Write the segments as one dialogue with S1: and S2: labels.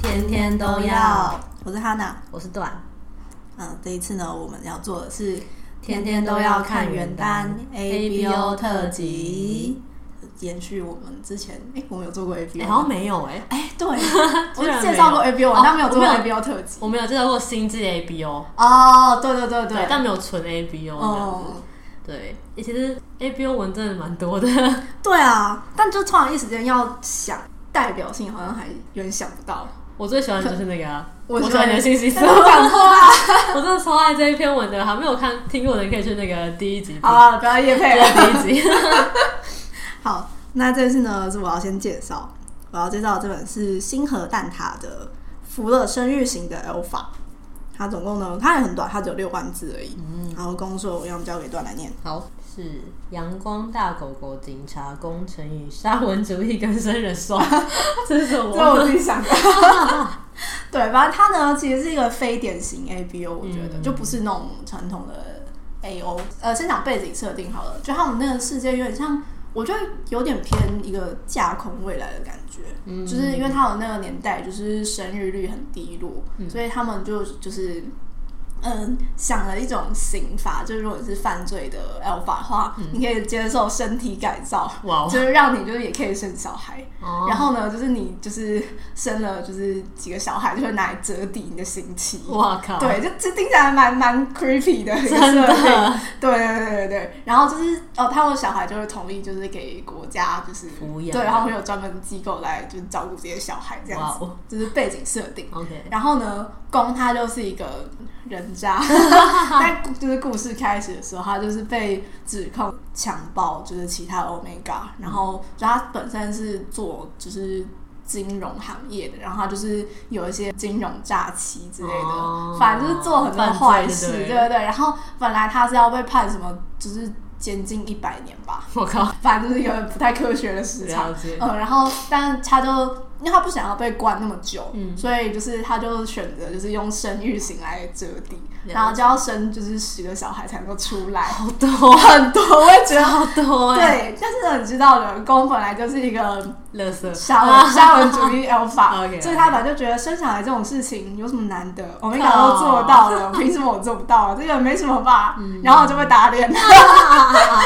S1: 天天都要
S2: 要。我是哈娜，
S1: 我是段，
S2: 嗯，这一次呢，我们要做的是
S1: 天天都要看原单
S2: A B O 特
S1: ABO 特
S2: 辑
S1: 辑，
S2: 延续我们之前，哎、我们有做过 A B
S1: 哎、
S2: O，
S1: 好像没有哎、
S2: 哎， 对，我
S1: 居然没有
S2: 介绍过 A B O，
S1: 哦
S2: 但没有做过
S1: 我
S2: A
S1: 没有
S2: B O 特辑。
S1: 我们有介绍过心智 ABO，
S2: 哦，对对对
S1: 对
S2: 对，，
S1: 但没有纯 ABO 这样子。
S2: 哦，
S1: 对，欸其实 ABO 文真的蛮多的，
S2: 对啊，但就突然一时间要想代表性，好像还有点想不到。
S1: 我最喜欢的就是那个、啊。
S2: 我
S1: 我
S2: 喜欢
S1: 喜欢你的信息
S2: 但是我讲错啦，
S1: 我真的超爱这一篇文的，还没有看听过的人可以去那个第一集听，
S2: 好啊，不要夜配了。
S1: 就是第 一集。
S2: 好，那这次呢是我要先介绍，我要介绍这本是星河蛋挞的《福乐生育型的 Alpha》，它总共呢它也很短，它只有六万字而已。然后公说我要交给段来念。
S1: 好，是阳光大狗狗、警察工程与沙文主义跟生 人双，这是什么？
S2: 自己想的。 对，反正它呢其实是一个非典型 ABO，我觉得、
S1: 嗯
S2: 就不是那种传统的 AO。呃，先讲背景设定好了，就他们那个世界有点像，我觉得有点偏一个架空未来的感觉，
S1: 嗯
S2: 就是因为他们那个年代就是生育率很低落，所以他们就就是。嗯，想了一种刑罚，就是如果你是犯罪的 alpha 的话，你可以接受身体改造，
S1: 哇哦
S2: 就是让你就是也可以生小孩。
S1: 哦
S2: 然后呢，就是你就是生了就是几个小孩，就会拿来折抵你的刑期。
S1: 哇靠！
S2: 对，就这听起来蛮蛮 creepy 的一个设
S1: 真的
S2: 定。对对对对对。然后就是哦，他们小孩就会同意，就是给国家就是
S1: 抚养啊
S2: 对，然后会有专门机构来就是照顾这些小孩这样子，
S1: 哇哦
S2: 就是背景设定。
S1: ，OK，
S2: 然后呢，公他就是一个人 渣，但故就是故事开始的时候，他就是被指控强暴，就是其他 Omega，然后就他本身是做就是金融行业的，然后他就是有一些金融诈欺之类的，
S1: 哦
S2: 反正就是做很多坏事，
S1: 犯罪
S2: 对
S1: 就
S2: 对
S1: 对
S2: 对。然后本来他是要被判什么，就是监禁一百年吧，
S1: 我靠，
S2: 反正就是一个不太科学的时长
S1: 了解。
S2: 嗯，然后但他就因为他不想要被关那么久，
S1: 嗯
S2: 所以就是他就选择就是用生育型来折抵，
S1: 解
S2: 然后就要生就是十个小孩才能够出来，
S1: 好多，
S2: 很多，我也觉得。
S1: 好多哎，
S2: 对，但是你知道的，公本来就是一个
S1: 乐色，
S2: 沙文 沙文主义 alpha，
S1: OK
S2: 所以他本来就觉得生小孩这种事情有什么难得，我们俩
S1: 靠
S2: 都做到 了，凭什么我做不到？啊这个没什么吧，
S1: 嗯
S2: 然后就被打 脸。啊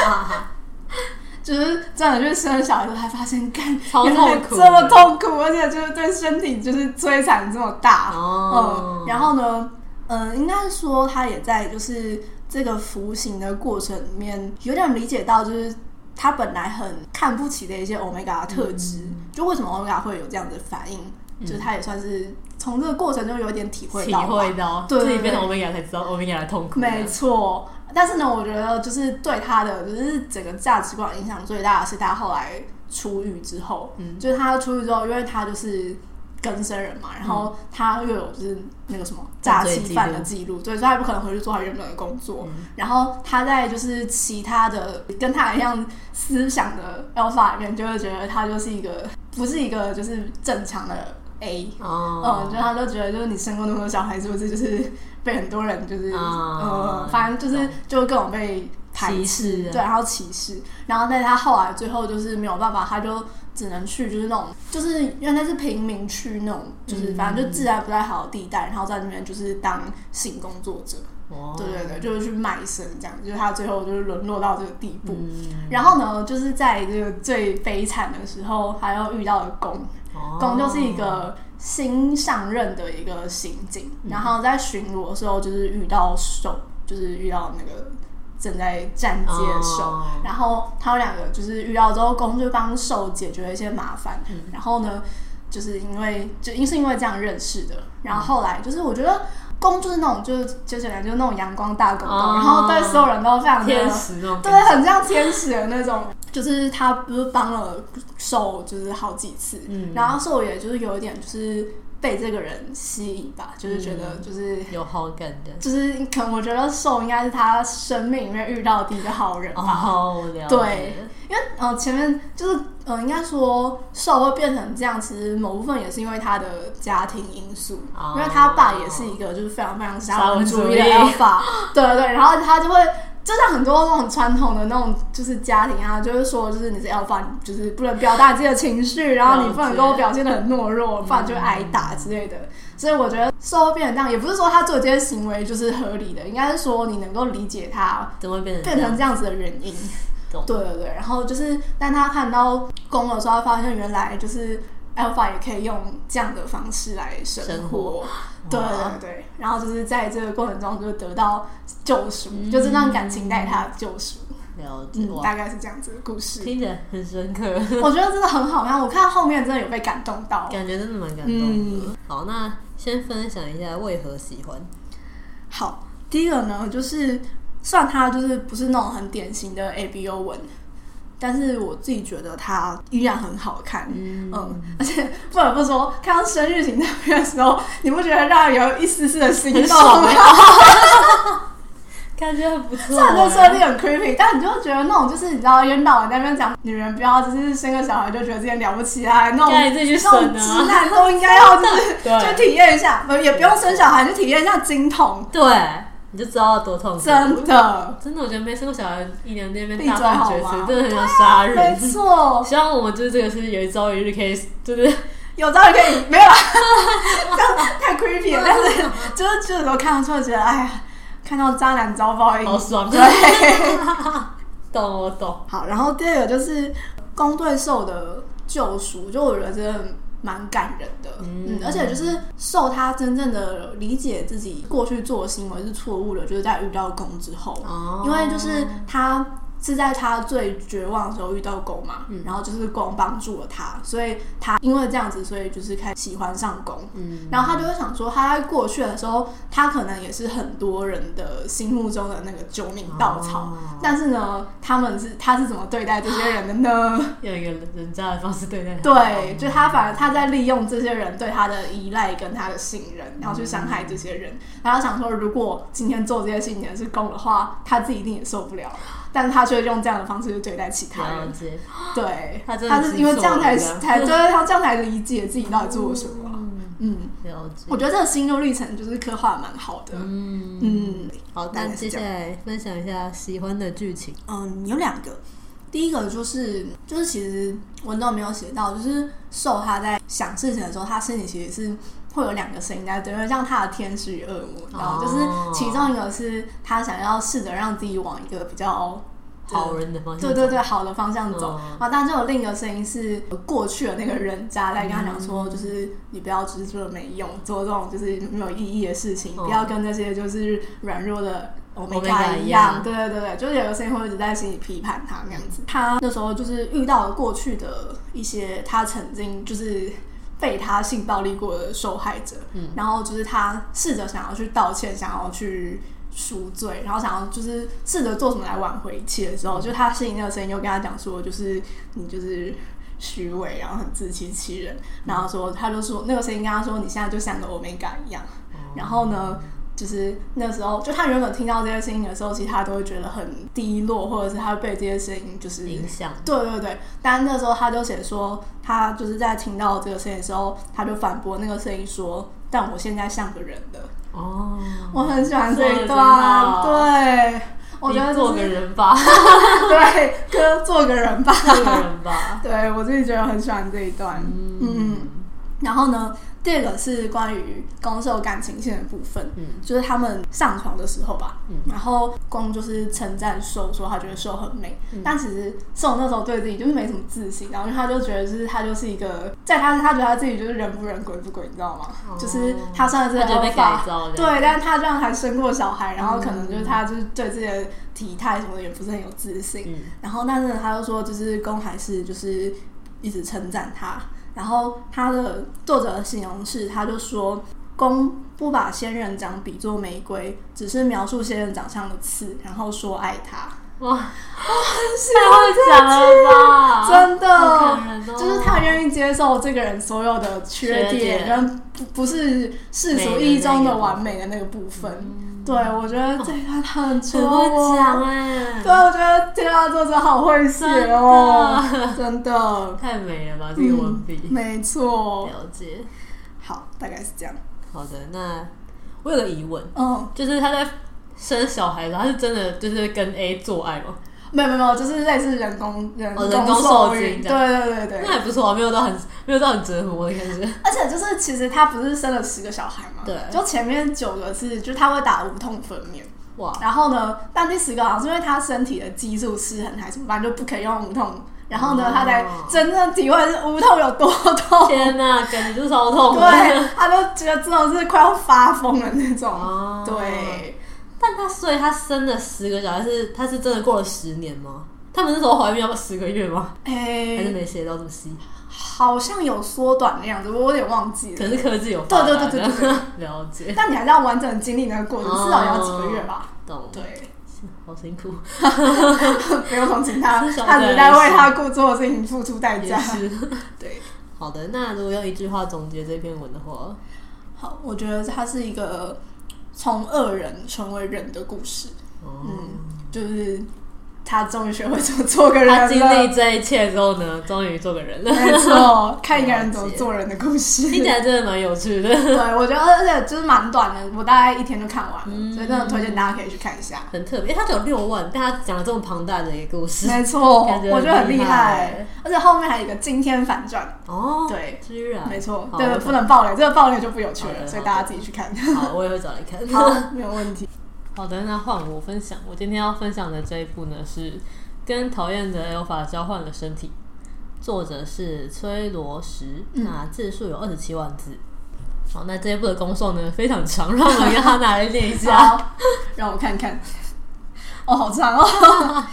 S2: 就是真的，就是生了小孩之后才发现，干
S1: 超
S2: 原来
S1: 痛苦的
S2: 这么痛苦，而且就是对身体就是摧残这么大。
S1: 哦
S2: 嗯，然后呢，嗯、应该说他也在就是这个服刑的过程里面，有点理解到就是。他本来很看不起的一些 omega 的特质，
S1: 嗯
S2: 就为什么 omega 会有这样的反应，就是他也算是从这个过程中有点体会
S1: 体
S2: 到吧，
S1: 会到，
S2: 对对
S1: 自己变
S2: 对
S1: 成 Omega 才知道 Omega 的痛苦，
S2: 没错，但是呢，我觉得就是对他的就是整个价值观影响最大的是他后来出狱之后，嗯，就是他出狱之后，因为他就是更生人嘛，然后他又有就是那个什么诈
S1: 犯罪
S2: 欺
S1: 记
S2: 犯
S1: 录
S2: 的记录，对，所以他也不可能回去做他原本的工作。然后他在就是其他的跟他一样思想的 alpha 里面，就会觉得他就是一个不是一个就是正常的 A，嗯，
S1: 哦
S2: 就，他就觉得就是你生过那么多小孩，是不是就是被很多人就是、
S1: 啊
S2: 呃，反正就是就各种被排
S1: 歧
S2: 斥，
S1: 视
S2: 对，
S1: 啊，
S2: 然后歧视，然后但是他后来最后就是没有办法，他就只能去就是那种就是因为那是贫民区那种，就是反
S1: 嗯
S2: 正就治安不太好的地带，然后在那边就是当性工作者，
S1: 哦
S2: 对对对，就是去卖身这样，就是他最后就是沦落到这个地步。
S1: 嗯，
S2: 然后呢，就是在这个最悲惨的时候，还要遇到了公，
S1: 哦
S2: 公就是一个新上任的一个刑警，
S1: 嗯
S2: 然后在巡逻的时候就是遇到手，就是遇到那个正在站街的手，
S1: 哦
S2: 然后他们两个就是遇到之后，公就帮受解决了一些麻烦，
S1: 嗯
S2: 然后呢，就是因为就因是因为这样认识的，然后后来就是我觉得。公就是那种，就是就简单就是那种阳光大狗狗，
S1: 哦
S2: 然后对所有人都非常的
S1: 天使那种
S2: 对
S1: 感觉，，
S2: 很像天使的那种。就是他不是帮了兽，就是好几次，
S1: 嗯
S2: 然后兽也就是有一点就是被这个人吸引吧，就是觉得就是、
S1: 有好感的，
S2: 就是可能我觉得兽应该是他生命里面遇到的第一个好人吧。
S1: 哦，了解
S2: 对，因为呃前面就是呃应该说兽会变成这样，其实某部分也是因为他的家庭因素，
S1: 哦
S2: 因为他爸也是一个就是非常非常沙文主义的
S1: 沙文
S2: alpha，对对对，然后他就会就像很多那种传统的那种就是家庭啊，就是说就是你是 alpha，你就是不能表达自己的情绪，然后你不能跟我表现的很懦弱，不然就会挨打之类的。所以我觉得售后变成这样，也不是说他做这些行为就是合理的，应该是说你能够理解他
S1: 怎么会变成
S2: 变
S1: 这样
S2: 成这样子的原因。
S1: 懂
S2: 对对对，然后就是，但他看到公的时候，他发现原来就是 Alpha 也可以用这样的方式来生
S1: 生活
S2: 对
S1: 哇
S2: 对对，然后就是在这个过程中就得到救赎，就是让感情带给他的救赎，
S1: 了解
S2: 嗯，
S1: 嗯哇，
S2: 大概是这样子的故事。
S1: 听起来很深刻，
S2: 我觉得真的很好看，我看到后面真的有被感动到。
S1: 感觉真的蛮感动的。
S2: 嗯，
S1: 好，那先分享一下为何喜欢。
S2: 好，第一个呢，就是虽然它就是不是那种很典型的 A B O 文，但是我自己觉得它依然很好看。
S1: 嗯
S2: 嗯， 而且不得不说，看到生日型照片的时候，你不觉得让人有一丝丝的心
S1: 很
S2: 动
S1: 爽
S2: 吗？
S1: 感觉很不错
S2: 虽然这
S1: 啊。
S2: 设定很 creepy，但你就会觉得那种就是你知道，元老人在那边讲女人不要就是生个小孩就觉得自己很了不起啊，那种
S1: 干你自己去
S2: 那种
S1: 生
S2: 直
S1: 啊！
S2: 男都应该要就是
S1: 对
S2: 去体验一下，不也不用生小孩，就体验一下经痛，
S1: 对，你就知道多痛苦。
S2: 真的，
S1: 真的，我觉得没生过小孩一年那边
S2: 闭
S1: 大
S2: 嘴
S1: 放
S2: 好
S1: 厥词，
S2: 吗
S1: 真的很想杀
S2: 没
S1: 人。
S2: 错，
S1: 希望我们就是这个是有一朝一日可以，就是
S2: 有朝一天你没有啦， 这样太 creepy 了，但是就是就是有时候看到之后觉得，哎呀，看到渣男遭报应，
S1: 好爽。
S2: 对。
S1: 懂我懂，
S2: 好，然后第二个就是公对兽的救赎，就我觉得真的蛮感人的，
S1: 嗯
S2: 嗯而且就是受他真正的理解自己过去做的行为是错误的，就是在遇到公之后，
S1: 哦
S2: 因为就是他是在他最绝望的时候遇到公嘛，
S1: 嗯
S2: 然后就是公帮助了他，所以他因为这样子，所以就是开始喜欢上公，
S1: 嗯，
S2: 然后他就会想说，他在过去的时候，他可能也是很多人的心目中的那个救命稻草，
S1: 哦
S2: 但是呢，他们是他是怎么对待这些人的 呢？
S1: 用一个人渣的方式对待他。
S2: 对，就他反而他在利用这些人对他的依赖跟他的信任，然后去伤害这些人。然后他想说，如果今天做这些事情的是公的话，他自己一定也受不了，但是他却用这样的方式去对待其他
S1: 嗯了
S2: 人。
S1: 解，
S2: 对，
S1: 他真的
S2: 是因为这样才
S1: 知错了
S2: 才对，他这样才理解自己到底做了什么。
S1: 嗯，
S2: 嗯。
S1: 了解。
S2: 我觉得这个心路历程就是刻画得蛮好的。
S1: 嗯，
S2: 嗯
S1: 好，
S2: 大
S1: 那
S2: 概
S1: 接
S2: 是
S1: 下
S2: 这样
S1: 来分享一下喜欢的剧情。
S2: 嗯，有两个，第一个就是就是其实文中没有写到，就是受他在想事情的时候，他心里其实是。会有两个声音在对，因为像他的天使与恶魔，然后就是
S1: 哦
S2: 其中一个是他想要试着让自己往一个比较
S1: 好人的方向，
S2: 对对对，好的方向走。
S1: 嗯
S2: 啊，但就有另一个声音是过去的那个人渣在跟他讲
S1: 嗯
S2: 说，就是你不要只是做没用，做这种就是没有意义的事情，
S1: 嗯
S2: 不要跟那些就是软弱的。欧美
S1: Omega
S2: 伽
S1: 一
S2: 一
S1: 样
S2: 样，对对对对，就是有个声音会一直在心里批判他那样子。他那时候就是遇到了过去的一些他曾经就是被他性暴力过的受害者，
S1: 嗯
S2: 然后就是他试着想要去道歉，想要去赎罪，然后想要就是试着做什么来挽回一切的时
S1: 嗯
S2: 候，就他心里那个声音又跟他讲说，就是你就是虚伪，然后很自欺欺人，然后说他就说那个声音跟他说你现在就像个 omega 一样，
S1: 哦
S2: 然后呢？就是那时候，就他原本听到这些声音的时候，其实他都会觉得很低落，或者是他被这些声音就是
S1: 影响，
S2: 对对对，但那时候他就写说，他就是在听到这个声音的时候，他就反驳那个声音说：“但我现在像个人了。
S1: 哦，”
S2: 我很喜欢这
S1: 说得
S2: 一
S1: 真
S2: 段，
S1: 好
S2: 对，我觉得就
S1: 你做
S2: 是
S1: 个 人吧，
S2: 对，哥做个人吧。
S1: 做个人吧，
S2: 对我自己觉得很喜欢这一段，嗯。然后呢，第二个是关于攻受感情线的部分，
S1: 嗯
S2: 就是他们上床的时候吧，
S1: 嗯
S2: 然后公就是称赞受说他觉得受很美，
S1: 嗯
S2: 但其实受那时候对自己就是没什么自信，然后因为他就觉得就是他就是一个，在他他觉得他自己就是人不人鬼不鬼，你知道吗？
S1: 哦
S2: 就是他虽然是
S1: 他觉得被
S2: alpha，
S1: 改造这样嗯
S2: 对，但是他这样还生过小孩，然后可能就是他就是对自己的体态什么的也不是很有自信，
S1: 嗯
S2: 然后但是他又说，就是公还是就是一直称赞他。然后他的作者的形容是，他就说公不把仙人掌比作玫瑰，只是描述仙人掌上的刺，然后说爱他。
S1: 哇，太会讲了吧，
S2: 真的，
S1: 好感人哦
S2: 就是他愿意接受这个人所有的缺
S1: 缺点
S2: 点，跟不不是世俗意义中的完美的那个部分。对，我觉得这一段很戳
S1: 很会
S2: 我。
S1: 嗯讲哎
S2: 对，，啊我觉得这段作者好会写哦，真的。
S1: 太美了吧，这个文笔，
S2: 嗯没错。
S1: 了解。
S2: 好，大概是这样。
S1: 好的，那我有个疑问，
S2: 嗯，
S1: 就是他在生小孩，他是真的就是跟 A 做爱吗？
S2: 没有没有没有，就是类似人工人
S1: 哦人工
S2: 受
S1: 受
S2: 孕，
S1: 精
S2: 对
S1: 这
S2: 对对对
S1: 那。还不错啊，没有到很没有到很折磨的感 觉。
S2: 而且就是，其实他不是生了十个小孩嘛，
S1: 对
S2: 就前面九个是，就是他会打无痛分娩，
S1: 哇，
S2: 然后呢，但第十个好像是因为他身体的激素失衡还是什么，反正就不可以用无痛，然后呢
S1: 哦，
S2: 他才真正体会是无痛有多痛，
S1: 天哪，感觉就是好痛的。
S2: 对，他都觉得真的是快要发疯的那种，
S1: 哦，
S2: 对，
S1: 但他所以他生了十个小孩是，他是真的过了十年吗？他们那时候怀孕要不要十个月吗？还是
S2: 哎，
S1: 没写到这么细？
S2: 好像有缩短的样子，我有点忘记
S1: 可
S2: 了，
S1: 是科技有
S2: 对对
S1: 发达
S2: 对
S1: 的
S2: 对
S1: 了解，
S2: 但你还是要完整地经历那个过程，
S1: 哦
S2: 至少也要几个月吧，
S1: 懂，
S2: 对。
S1: 好辛苦，
S2: 不用同情他，
S1: 至少
S2: 他
S1: 对
S2: 只在为他故做的事情付出代
S1: 也
S2: 价。
S1: 是。
S2: 对，
S1: 好的，那如果用一句话总结这篇文的话，
S2: 好，我觉得他是一个从恶人成为人的故事，
S1: 哦，
S2: 嗯就是他终于学会怎么做个人
S1: 他经
S2: 了。
S1: 历这一切之后呢，终于做个人了，
S2: 没错，看一个人怎么做人的故 事。
S1: 听起来真的蛮有趣的，
S2: 对，我觉得而且就是蛮短的，我大概一天就看完了，
S1: 嗯
S2: 所以真的推荐大家可以去看一下。
S1: 很特别。他只有六万，但他讲了这么庞大的一个故事，
S2: 没错，
S1: 感觉
S2: 我觉得很厉害
S1: 害，
S2: 而且后面还有一个惊天反转。
S1: 哦。
S2: 对，
S1: 居然
S2: 没错，
S1: 好
S2: 这个
S1: 我
S2: 不能爆雷，这个爆雷就不有趣
S1: 好
S2: 了，
S1: 的
S2: 所以
S1: 好的
S2: 大家自己去看。
S1: 好，我也会找来看。
S2: 好， 没有问题。
S1: 好的，那换我分享。我今天要分享的这一部呢是《跟讨厌的 Alpha 交换了身体》，作者是崔罗石，
S2: 嗯
S1: 那字数有二十七万字。好，那这一部的公送呢非常长，让我跟他拿来念一下。
S2: 好，让我看看。哦，好长 哦。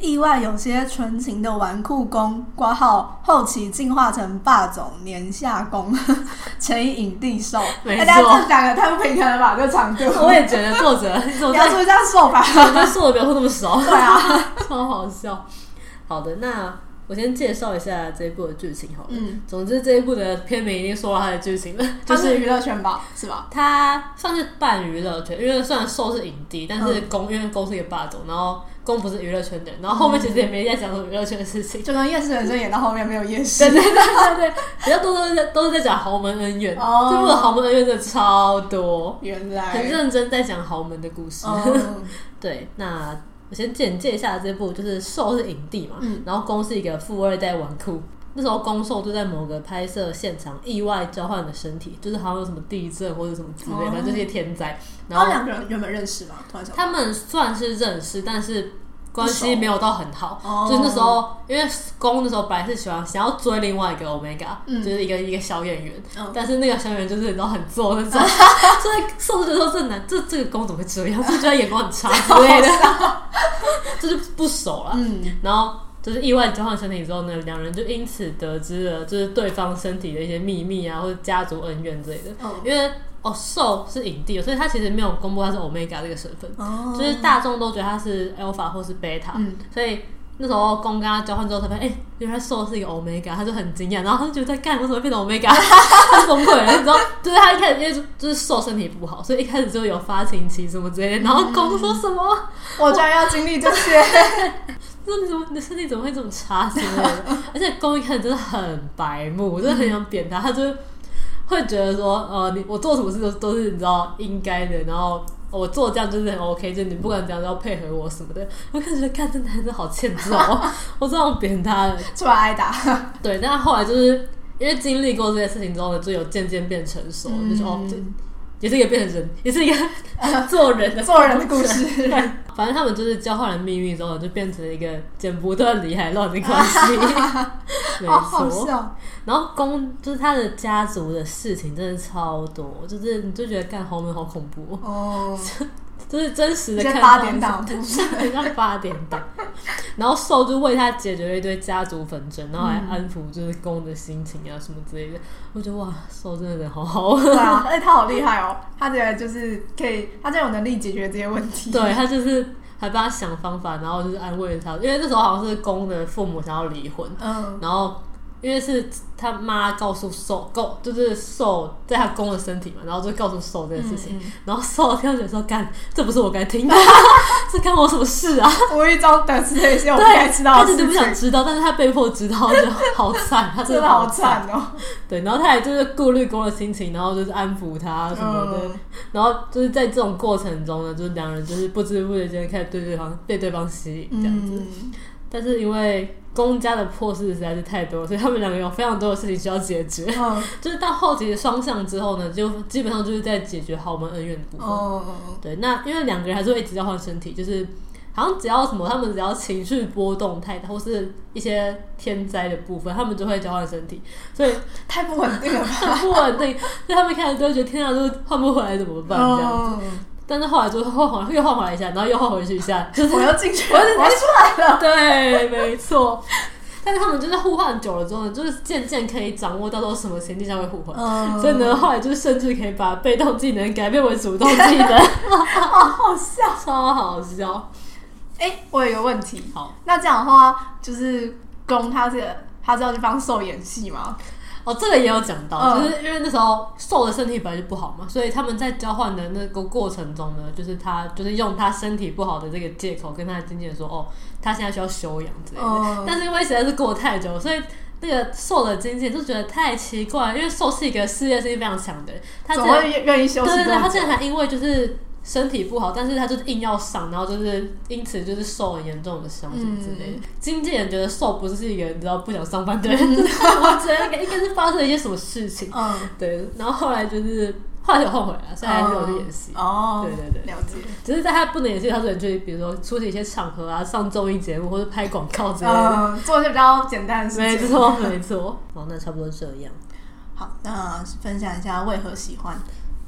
S2: 意外有些纯情的纨绔公，挂号后期进化成霸总年下 攻，乘以影帝兽。
S1: 没
S2: 哎大家
S1: 错
S2: 这两个太不平衡了吧？这长度，
S1: 我也觉得作者怎么
S2: 你要
S1: 在
S2: 注意这样瘦 吧。
S1: 怎么在说的描述那么少？
S2: 对啊，
S1: 超好笑。好的，那我先介绍一下这一部的剧情好了。
S2: 嗯，
S1: 总之这一部的片名已经说了它的剧情了，
S2: 它
S1: 就是
S2: 是娱乐圈吧，是吧？
S1: 他算是半娱乐圈，因为虽然受是影帝，但是
S2: 嗯
S1: 公、因为公是一个霸总，然后公不是娱乐圈的人，然后后面其实也没在讲什么娱乐圈的事情，
S2: 就跟夜市人生演到后面没有夜
S1: 对
S2: 市，
S1: 对对对对，比较多都是在都是在讲豪门恩怨，
S2: 哦
S1: 这部的豪门恩怨真的超多，
S2: 原来
S1: 很认真在讲豪门的故事。
S2: 哦，
S1: 对，那我先简介一下这部，就是受是影帝嘛，
S2: 嗯
S1: 然后公是一个富二代纨绔。那时候公受就在某个拍摄现场意外交换了身体，就是好像有什么地震或者什么之类的，
S2: 哦
S1: 反正就是一些天灾。
S2: 他
S1: 然后
S2: 们两个人原本认识吗？突然想到，
S1: 他们算是认识，但是关系没有到很好。
S2: 哦
S1: 就是那时候，因为宫那时候本来是喜欢想要追另外一个 Omega，、
S2: 嗯
S1: 就是一个一个小演员，
S2: 嗯
S1: 但是那个小演员就是你知道很做那 种，所以受就说这男这这个宫怎么会这样？就觉得眼光很差之 类的，就是不熟了。
S2: 嗯，
S1: 然后就是意外交换身体之后呢，两人就因此得知了就是对方身体的一些秘密啊，或者家族恩怨之类的。
S2: 哦
S1: 因为哦，受是影帝，所以他其实没有公布他是 Omega 这个身份，
S2: 哦
S1: 就是大众都觉得他是 Alpha 或是 Beta，、
S2: 嗯
S1: 所以。那时候公跟他交换之后，才发现，哎、原来受是一个 omega，他就很惊讶，然后他就觉得，干，我怎么会变 成 omega？他就崩溃了，你知道？就是他一开始因为就就是受身体不好，所以一开始就有发情期什么之类的，然后公就说什么，
S2: 我居然要经历这些，
S1: 说你怎么你的身体怎么会这么差之类的？而且公一看真的很白目，我真的很想扁他，他就会觉得说，呃，你我做什么事都都是你知道应该的，然后。我做这样就是很 OK，就你不管怎样都要配合我什么的。我感觉看这男的好欠揍哦，我这样扁他了。
S2: 出来挨打。
S1: 对，但后来就是因为经历过这些事情之后呢，就有渐渐变成熟，就说哦，就也是一个变成人，也是一个做人的
S2: 做人的故事。
S1: 反正他们就是交换了秘密之后，就变成了一个剪不断理还乱的 关系。没
S2: 哦，好
S1: 错，
S2: 笑。
S1: 然后公就是他的家族的事情真的超多，就是你就觉得干豪门好恐怖哦，
S2: 哦，
S1: 就是真实的
S2: 这
S1: 看
S2: 八点
S1: 到
S2: 档的故事。
S1: 很像八点档。然后兽就为他解决了一堆家族纷争，然后还安抚就是公的心情啊什么之类的。我觉得哇，兽真的人 好好，
S2: 对啊，而且他好厉害哦，他这个就是可以，他这有能力解决这些问题。
S1: 对他就是还帮他想方法，然后就是安慰他，因为那时候好像是公的父母想要离婚，
S2: 嗯，
S1: 然后。因为是他妈告诉兽告，就是兽在他公的身体嘛，然后就告诉兽这件事情，
S2: 嗯嗯
S1: 然后兽跳起来说：“干，这不是我该 听的，这干我什么事啊
S2: 无意中得知了一些我？”不该知
S1: 对，
S2: 道
S1: 他
S2: 的
S1: 真
S2: 事
S1: 的不想
S2: 情，
S1: 知道，但是他被迫知道，就好 惨，他
S2: 真的
S1: 好
S2: 好。惨哦。
S1: 对，然后他也就是顾虑公的心情，然后就是安抚他什么的，
S2: 嗯
S1: 然后就是在这种过程中呢，就是两人就是不知不觉间开始对对方被对方吸引这样子。
S2: 嗯，
S1: 但是因为公家的破事实在是太多，所以他们两个有非常多的事情需要解决。
S2: 嗯
S1: 就是到后期的双向之后呢，就基本上就是在解决豪门恩怨的部分。
S2: 嗯
S1: 对，那因为两个人还是会一直交换身体，就是好像只要什么，他们只要情绪波动太大，或是一些天灾的部分，他们就会交换身体，所以
S2: 太不稳定了吧？
S1: 很不稳定。所以他们一开始都会觉得天啊，就是换不回来怎么办这样。
S2: 嗯
S1: 但是后来就换回来，又换回来一下，然后又换回去一下，就是
S2: 我要进去了，我要出来 了。
S1: 对，没错。但是他们就是互换久了之后呢，就是渐渐可以掌握到说什么情境下会互换。
S2: 嗯
S1: 所以呢，后来就是甚至可以把被动技能改变为主动技能，
S2: 好好笑。
S1: 超好笑。
S2: 哎、我有一个问题，
S1: 好，
S2: 那这样的话，就是公他这个他是要去帮兽演戏吗？
S1: 哦，这个也有讲到，
S2: 嗯
S1: 就是因为那时候兽的身体本来就不好嘛，所以他们在交换的那个过程中呢，就是他就是用他身体不好的这个借口跟他的经纪人说，哦，他现在需要休养之类的。
S2: 嗯
S1: 但是因为实在是过太久，所以那个兽的经纪人就觉得太奇怪了，因为兽是一个事业心非常强的人，他
S2: 怎
S1: 竟
S2: 么
S1: 然
S2: 会愿意休息这
S1: 对
S2: 么久？
S1: 对对，他竟然还因为就是身体不好，但是他就是硬要上，然后就是因此就是受很严重的伤什么之类的。经纪人觉得受不是一个你知道不想上班 的人，我觉得应该嗯是发生了一些什么事情。
S2: 嗯，
S1: 对，然后后来就是后来有后悔了，所以还是有去演戏。
S2: 哦，
S1: 对对对
S2: 了解。
S1: 只是在他不能演戏，他只能去比如说出席一些场合啊，上综艺节目或者拍广告之类的。
S2: 嗯，做一些比较简单的事情。
S1: 哦没错，没错。好，那差不多这样。
S2: 好，那分享一下为何喜欢。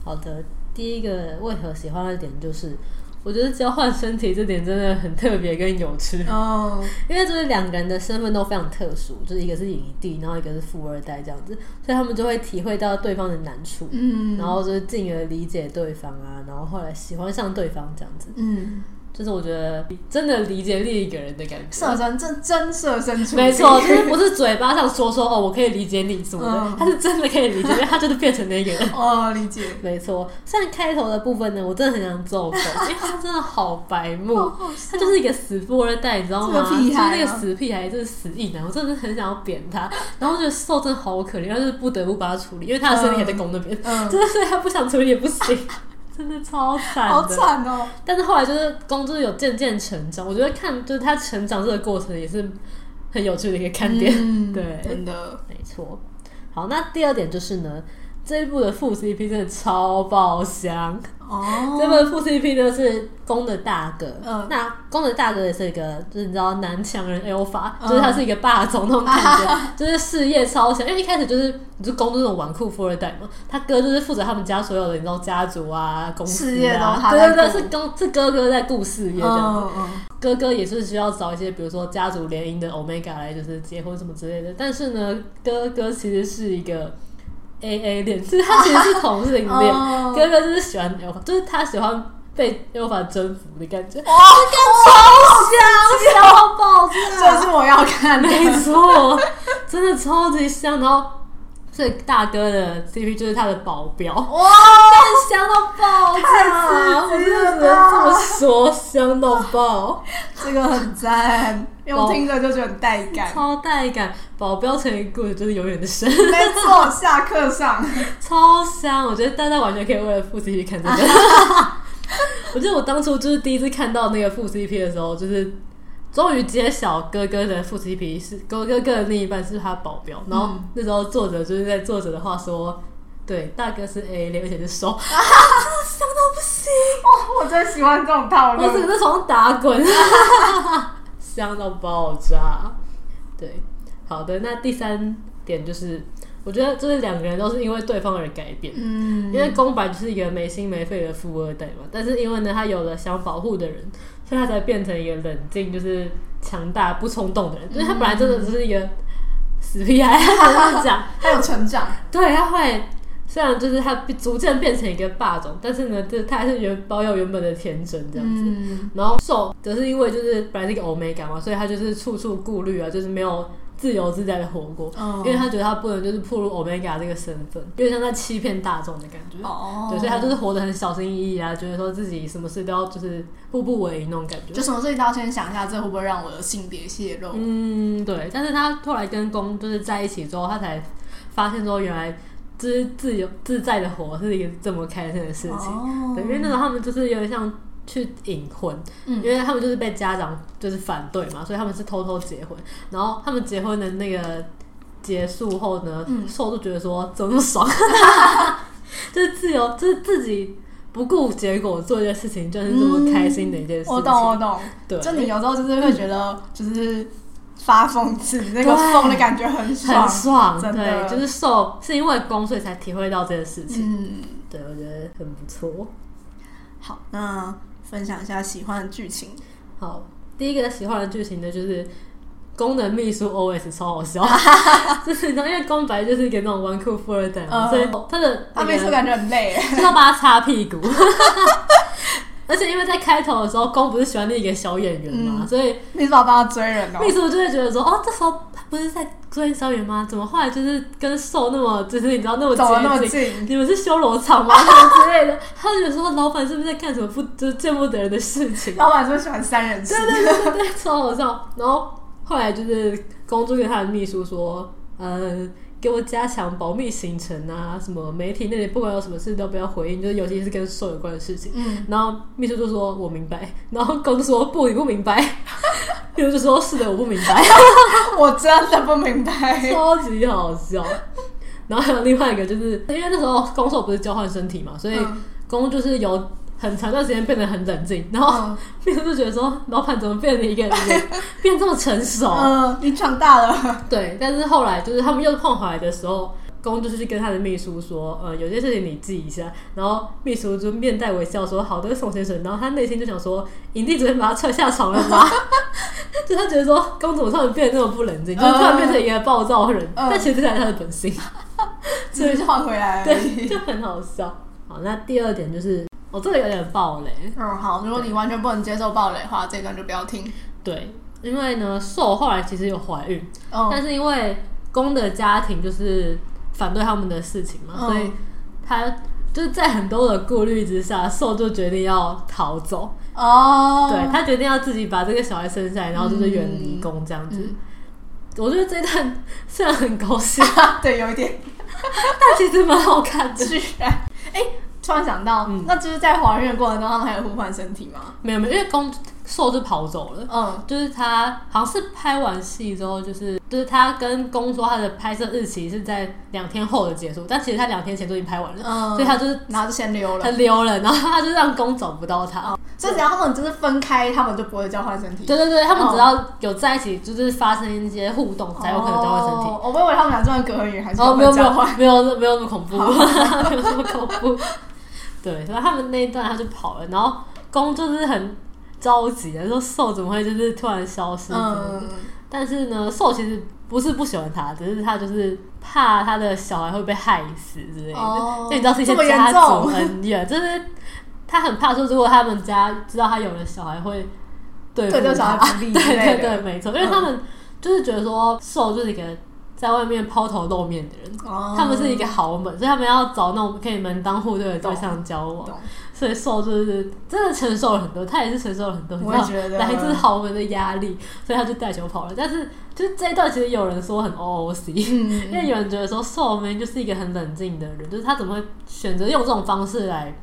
S1: 好的，第一个为何喜欢的点就是，我觉得交换身体这点真的很特别跟有趣，
S2: 嗯
S1: 因为就是两个人的身份都非常特殊，就是一个是影帝，然后一个是富二代这样子，所以他们就会体会到对方的难处，
S2: 嗯
S1: 然后就是进而理解对方啊，然后后来喜欢上对方这样子，
S2: 嗯，
S1: 就是我觉得真的理解另一个人的感觉。
S2: 设身真真设身处地，
S1: 没错，就是不是嘴巴上说说哦，我可以理解你什么的
S2: 嗯，
S1: 他是真的可以理解，因为他就是变成那个人。
S2: 哦，理解。
S1: 没错，像开头的部分呢，我真的很想揍狗， 因为他真的好白目，他就是一个死富二代，你知道吗？
S2: 这个屁孩啊
S1: 就是那个死屁孩，就是死硬男，我真的很想要扁他。然后我觉得瘦真的好可怜，但是不得不把他处理，因为他的身体还在公那边，
S2: 嗯，
S1: 真的所以他不想处理也 不行，真的超惨的。
S2: 好惨哦。
S1: 但是后来就是公就是有渐渐成长，我觉得看就是他成长这个过程也是很有趣的一个看点。
S2: 嗯
S1: 对
S2: 真的。
S1: 没错。好，那第二点就是呢，这一部的副 CP 真的超爆香。
S2: 哦，
S1: 这部的副 CP 呢是公的大哥，
S2: 嗯
S1: 那公的大哥也是一个，就是你知道男强人 L 法、
S2: 嗯
S1: 就是他是一个霸总那种感觉， 就是事业超强。因为一开始就是你就公就是那种纨绔富二代嘛，他哥就是负责他们家所有的你知道家族啊、公司啊，
S2: 事业都他
S1: 对
S2: 在
S1: 对对，
S2: 顾
S1: 是公是哥哥在顾事业这样子。
S2: 嗯嗯
S1: 哥哥也是需要找一些，比如说家族联姻的 Omega 来，就是结婚什么之类的。但是呢，哥哥其实是一个 AA 恋，就是他其实是同性 恋。
S2: 哦
S1: 哥哥就是喜欢 Alpha，就是他喜欢被 Alpha 征服的感觉，
S2: 哇，
S1: 超香，超爆
S2: 这是我要看的。
S1: 没错，真的超级香。然后，所以大哥的 CP 就是他的保镖，
S2: 哇，
S1: 香到爆炸！
S2: 太
S1: 我
S2: 刺
S1: 真
S2: 激
S1: 的
S2: 了吧
S1: 只能这么说，香到爆。
S2: 这个很赞，因为我听着就觉得很带感。
S1: 超带感，保镖成一故事就是永远的神，
S2: 没错，下课上，
S1: 超香！我觉得大家完全可以为了副 CP 看这个。 我记得我当初就是第一次看到那个副 CP 的时候，就是终于揭晓哥哥的副 CP 是哥哥哥的另一半是他保镖，然后那时候作者就是在作者的话说。对，大哥是 A 类，而且是手，
S2: 哦，我真喜欢这种套
S1: 我
S2: 路。
S1: 整个在床上打滚，香到爆炸。对，好的，那第三点就是，我觉得就是两个人都是因为对方而改变，
S2: 嗯
S1: 因为公白就是一个没心没肺的富二代嘛，但是因为呢，他有了想保护的人，所以他才变成一个冷静、就是强大、不冲动的人。就是他本来真的只是一个死皮孩，他就是讲，
S2: 他有成长，
S1: 对他会虽然就是他逐渐变成一个霸总，但是呢，这他还是原保有原本的天真这样子。
S2: 嗯
S1: 然后瘦则是因为就是本来是一个 Omega 嘛，所以他就是处处顾虑啊，就是没有自由自在的活过，
S2: 嗯
S1: 因为他觉得他不能就是暴露 Omega 这个身份，有点像在欺骗大众的感觉。
S2: 哦
S1: 对，所以他就是活得很小心翼翼啊，觉得说自己什么事都要就是步步为营那种感觉
S2: 就。什么事情都要先想一下，这会不会让我的性别泄露？
S1: 嗯，对。但是他后来跟公就是在一起之后，他才发现说原来就是自由自在的活是一个这么开心的事情。
S2: 哦
S1: 对，因为那时候他们就是有点像去隐婚，
S2: 嗯
S1: 因为他们就是被家长就是反对嘛，所以他们是偷偷结婚。然后他们结婚的那个结束后呢，
S2: 嗯
S1: 瘦就觉得说怎么那么爽， 就是自由，就是自己不顾结果做一件事情，就是这么开心的一件事情。
S2: 嗯我懂，我懂。
S1: 对，
S2: 就你有时候就是会觉得，就是发疯刺，那个疯的感觉很爽
S1: 很。爽，
S2: 真
S1: 对，
S2: 的
S1: 就是瘦是因为公所以才体会到这件事情。
S2: 嗯，
S1: 对，我觉得很不错。
S2: 好，那分享一下喜欢的剧情。
S1: 好，第一个喜欢的剧情呢，就是功能秘书 OS 超 好笑，就是你知道，因为宫白就是一个那种纨绔富二代嘛，
S2: 嗯
S1: 所以他的
S2: 他没
S1: 那
S2: 说
S1: 个
S2: 感觉很累，
S1: 就是要帮他擦屁股。 而且因为在开头的时候，宫不是喜欢另一个小演员嘛，
S2: 嗯
S1: 所以
S2: 你怎么帮他追人哦？
S1: 秘书就会觉得说，哦，这时候不是在追小演员吗？怎么后来就是跟瘦那么，就是你知道那么
S2: 走了那么
S1: 接近？
S2: 近，
S1: 你们是修罗场吗？什么之类的，他就觉得说老板是不是在干什么不就是见不得人的事情？啊
S2: 老板是不是喜欢三人行？
S1: 对对对，超好笑。然后后来就是公主跟他的秘书说，呃，给我加强保密行程啊，什么媒体那里不管有什么事都不要回应，就是尤其是跟兽有关的事情。
S2: 嗯，
S1: 然后秘书就说我明白，然后公主说不，你不明白。秘书就说是的，我不明白，
S2: 我真的不明白。
S1: 超级好笑。然后还有另外一个，就是因为那时候攻受不是交换身体嘛，所以
S2: 嗯
S1: 攻就是有很长一段时间变得很冷静，然后
S2: 嗯
S1: 秘书就觉得说，老板怎么变成一个人变这么成熟？啊
S2: 嗯，你长大了，
S1: 对，但是后来就是他们又碰回来的时候，公就是去跟他的秘书说，呃，有些事情你记一下。然后秘书就面带微笑说：“好的，宋先生。”然后他内心就想说：“影帝昨天把他踹下床了吗？”就他觉得说，公主突然变得那么不冷静，就是突然变成一个暴躁人，
S2: 嗯
S1: 但其实这才是他的本性。
S2: 所以就换回来而
S1: 对，
S2: 已。
S1: 就很好笑。好，那第二点就是，我、哦、这里有点爆雷，
S2: 嗯，好，如果你完全不能接受暴雷的话，这一段就不要听。
S1: 对，因为呢，瘦后来其实有怀孕，但
S2: 嗯
S1: 是因为公的家庭就是反对他们的事情嘛，
S2: 嗯
S1: 所以他就是在很多的顾虑之下，受就决定要逃走，
S2: 哦，
S1: 对他决定要自己把这个小孩生下来，然后就是远离公这样子。
S2: 嗯
S1: 我觉得这段虽然很狗血，
S2: 对，有一点。
S1: 但其实蛮好 看的。
S2: 居然，哎、突然想到，
S1: 嗯
S2: 那就是在怀孕的过程中，他们还有互换身体吗？
S1: 没有没有，因为公受就跑走了。
S2: 嗯，
S1: 就是他好像是拍完戏之后，就是就是他跟公说他的拍摄日期是在两天后的结束，但其实他两天前就已经拍完了，
S2: 嗯
S1: 所以他就是
S2: 然后就先溜
S1: 他
S2: 了。哦
S1: 溜了，然后他就让公找不到他。
S2: 所以只要他们就是分开，他们就不会交换身体。
S1: 对对对，他们只
S2: 哦
S1: 要有在一起，就是发生一些互动，才有可能交换身体。
S2: 哦。我以为他们俩这样隔很远，还是
S1: 哦，
S2: 他
S1: 没有
S2: 们
S1: 没
S2: 交
S1: 有
S2: 换？哦
S1: 没有没有那么恐怖， 没有那么恐怖。对，然后他们那一段他就跑了，然后公就是很着急的说兽怎么会就是突然消失之类的？
S2: 嗯，
S1: 但是呢，兽其实不是不喜欢他，只是他就是怕他的小孩会被害死之类的。
S2: 哦
S1: 那你知道是一些
S2: 这么严
S1: 家族
S2: 重
S1: 恩怨，就是他很怕说，如果他们家知道他有了小孩会对付
S2: 对这个小 孩
S1: 他
S2: 不利之
S1: 对
S2: 类
S1: 对
S2: 的嗯
S1: 对，没错，因为他们就是觉得说兽就是一个在外面抛头露面的人。
S2: 哦
S1: 他们是一个豪门，所以他们要找那种可以门当户对的对象交往
S2: 懂懂。
S1: 所以受就是真的承受了很多，他也是承受了很多，
S2: 我也
S1: 你知道
S2: 觉得嗯
S1: 来自豪门的压力，所以他就带球跑了。但是就是这一段，其实有人说很 OOC，、因
S2: 嗯，
S1: 为有人觉得说寿明就是一个很冷静的人，就是他怎么会选择用这种方式来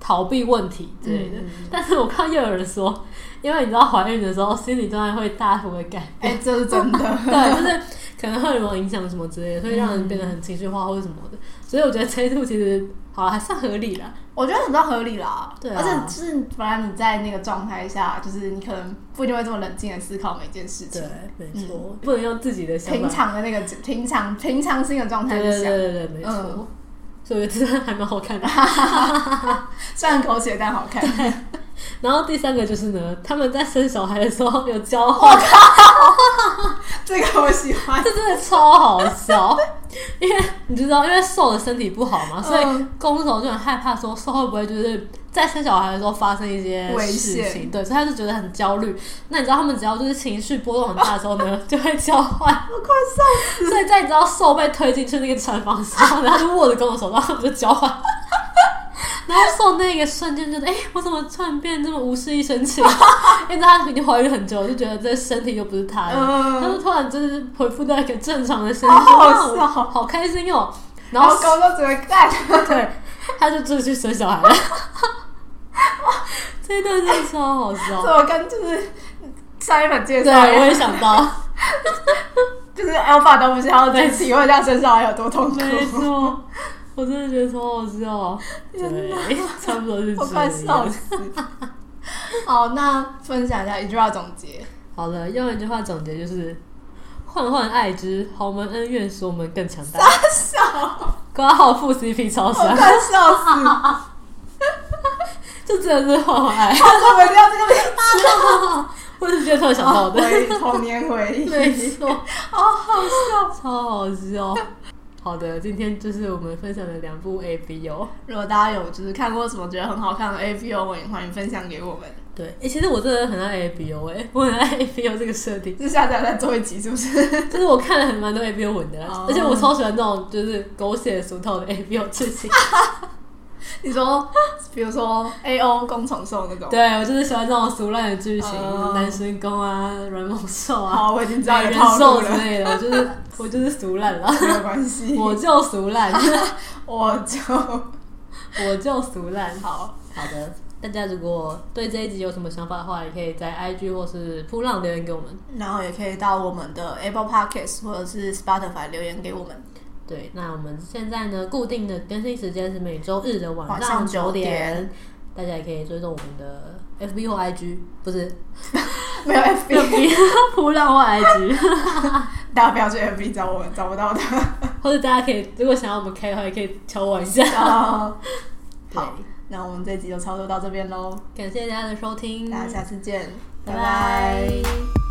S1: 逃避问题之类的。
S2: 嗯
S1: 但是我看又有人说，因为你知道怀孕的时候心理状态会大幅的改
S2: 哎、
S1: 变，
S2: 这是真的。
S1: 对，就是可能荷尔蒙影响什么之类的，所以让人变得很情绪化或者什么的。所以我觉得这一度其实好了，还算合理啦。
S2: 我觉得很比较合理啦，
S1: 对啊
S2: 而且就是本来你在那个状态下，就是你可能不一定会这么冷静的思考每件事情，，
S1: 没错，不能用自己的想
S2: 嗯平
S1: 法
S2: 常的那个平常平常心的状态
S1: 对
S2: 去
S1: 对
S2: 想，
S1: 对对对，没错。
S2: 嗯
S1: 所以我觉得这还蛮好看的。
S2: 虽然口血但好看。
S1: 然后第三个就是呢，他们在生小孩的时候有交换，
S2: 这个我喜欢。
S1: 这真的超好笑。因为你知道，因为瘦的身体不好嘛，所以
S2: 嗯
S1: 攻手就很害怕说瘦会不会就是在生小孩的时候发生一些
S2: 危
S1: 事
S2: 险
S1: 情，对，所以他就觉得很焦虑。那你知道他们只要就是情绪波动很大的时候呢，就会交换。
S2: 我快笑 死！
S1: 所以在你知道瘦被推进去那个产房上，然后就握着攻手手，然后他们就交换。然后瘦那个瞬间觉得，哎、我怎么突然变这么无事一身 轻？因为他已经怀孕很久，就觉得这身体又不是他的。他就
S2: 嗯，
S1: 突然就是恢复到一个正常的身 体，
S2: 好好
S1: 哇
S2: 笑
S1: 好好开心哦。
S2: 然
S1: 然
S2: 后
S1: 后
S2: 高中只会干，
S1: 对， 他就自己去生小孩了。这一段真的超好
S2: 这
S1: 笑。
S2: 我跟就是上一本介
S1: 对，
S2: 绍一
S1: 我也
S2: 样，
S1: 想到，
S2: 就是 Alpha 都不知道自己体会一下身上还有多痛苦，
S1: 没错， 我真的觉得超好笑。对，差不多是
S2: 我
S1: 这
S2: 快笑
S1: 样。
S2: 死。好，那分享一下一句话总 结。
S1: 好了，用一句话总结就是：换换爱之，豪门恩怨使我们更强大。
S2: 笑，
S1: 挂号副 CP 超
S2: 我
S1: 香，
S2: 快笑 死！
S1: 就真的是换换爱。
S2: 我们要这个名字
S1: 我只是觉得突然想到的。
S2: 回忆童年回忆，
S1: 没错。
S2: 好好笑。
S1: 超好笑。好的，今天就是我们分享的两部 A B 哦 O。
S2: 如果大家有就是看过什么觉得很好看的 A P O，也欢迎分享给我们。
S1: 对，哎、其实我真的很爱 A B O，哎、我很爱 A B O 这个设定，
S2: 就下载再做一集，是不是？
S1: 就是我看了很蛮多 A B O 文的啦
S2: 哦
S1: 而且我超喜欢那种就是狗血俗套的 A B O 剧情。
S2: 你说，比如说 A O 工虫兽那种。
S1: 对，我就是喜欢这种俗烂的剧情
S2: 哦
S1: 男神公啊、软萌兽啊、
S2: 好，我已经知道
S1: 美
S2: 你的
S1: 人
S2: 套路
S1: 兽之
S2: 了，
S1: 类的，我就是我就是俗烂 啦，
S2: 没有关系。
S1: 我就俗烂，
S2: 我就
S1: 我就俗烂。
S2: 好，
S1: 好的，大家如果对这一集有什么想法的话，也可以在 IG 或是扑浪留言给我们。
S2: 然后也可以到我们的 Apple Podcast 或者是 Spotify 留言给我们。
S1: 对，那我们现在呢，固定的更新时间是每周日的晚
S2: 晚
S1: 上
S2: 上
S1: 九
S2: 9
S1: 点
S2: 点，
S1: 大家也可以追踪我们的 FB 或 IG，不 是
S2: 没有 FB，
S1: FB 扑浪或 IG，
S2: 大家不要去 FB 找我们，找不到的。
S1: 或者大家可以如果想要我们开的话，也可以敲我一下。
S2: 好，
S1: 对，
S2: 哦那我们这集就操作到这边喽，
S1: 感谢大家的收听，
S2: 大家下次见，
S1: 嗯拜
S2: 拜拜
S1: 拜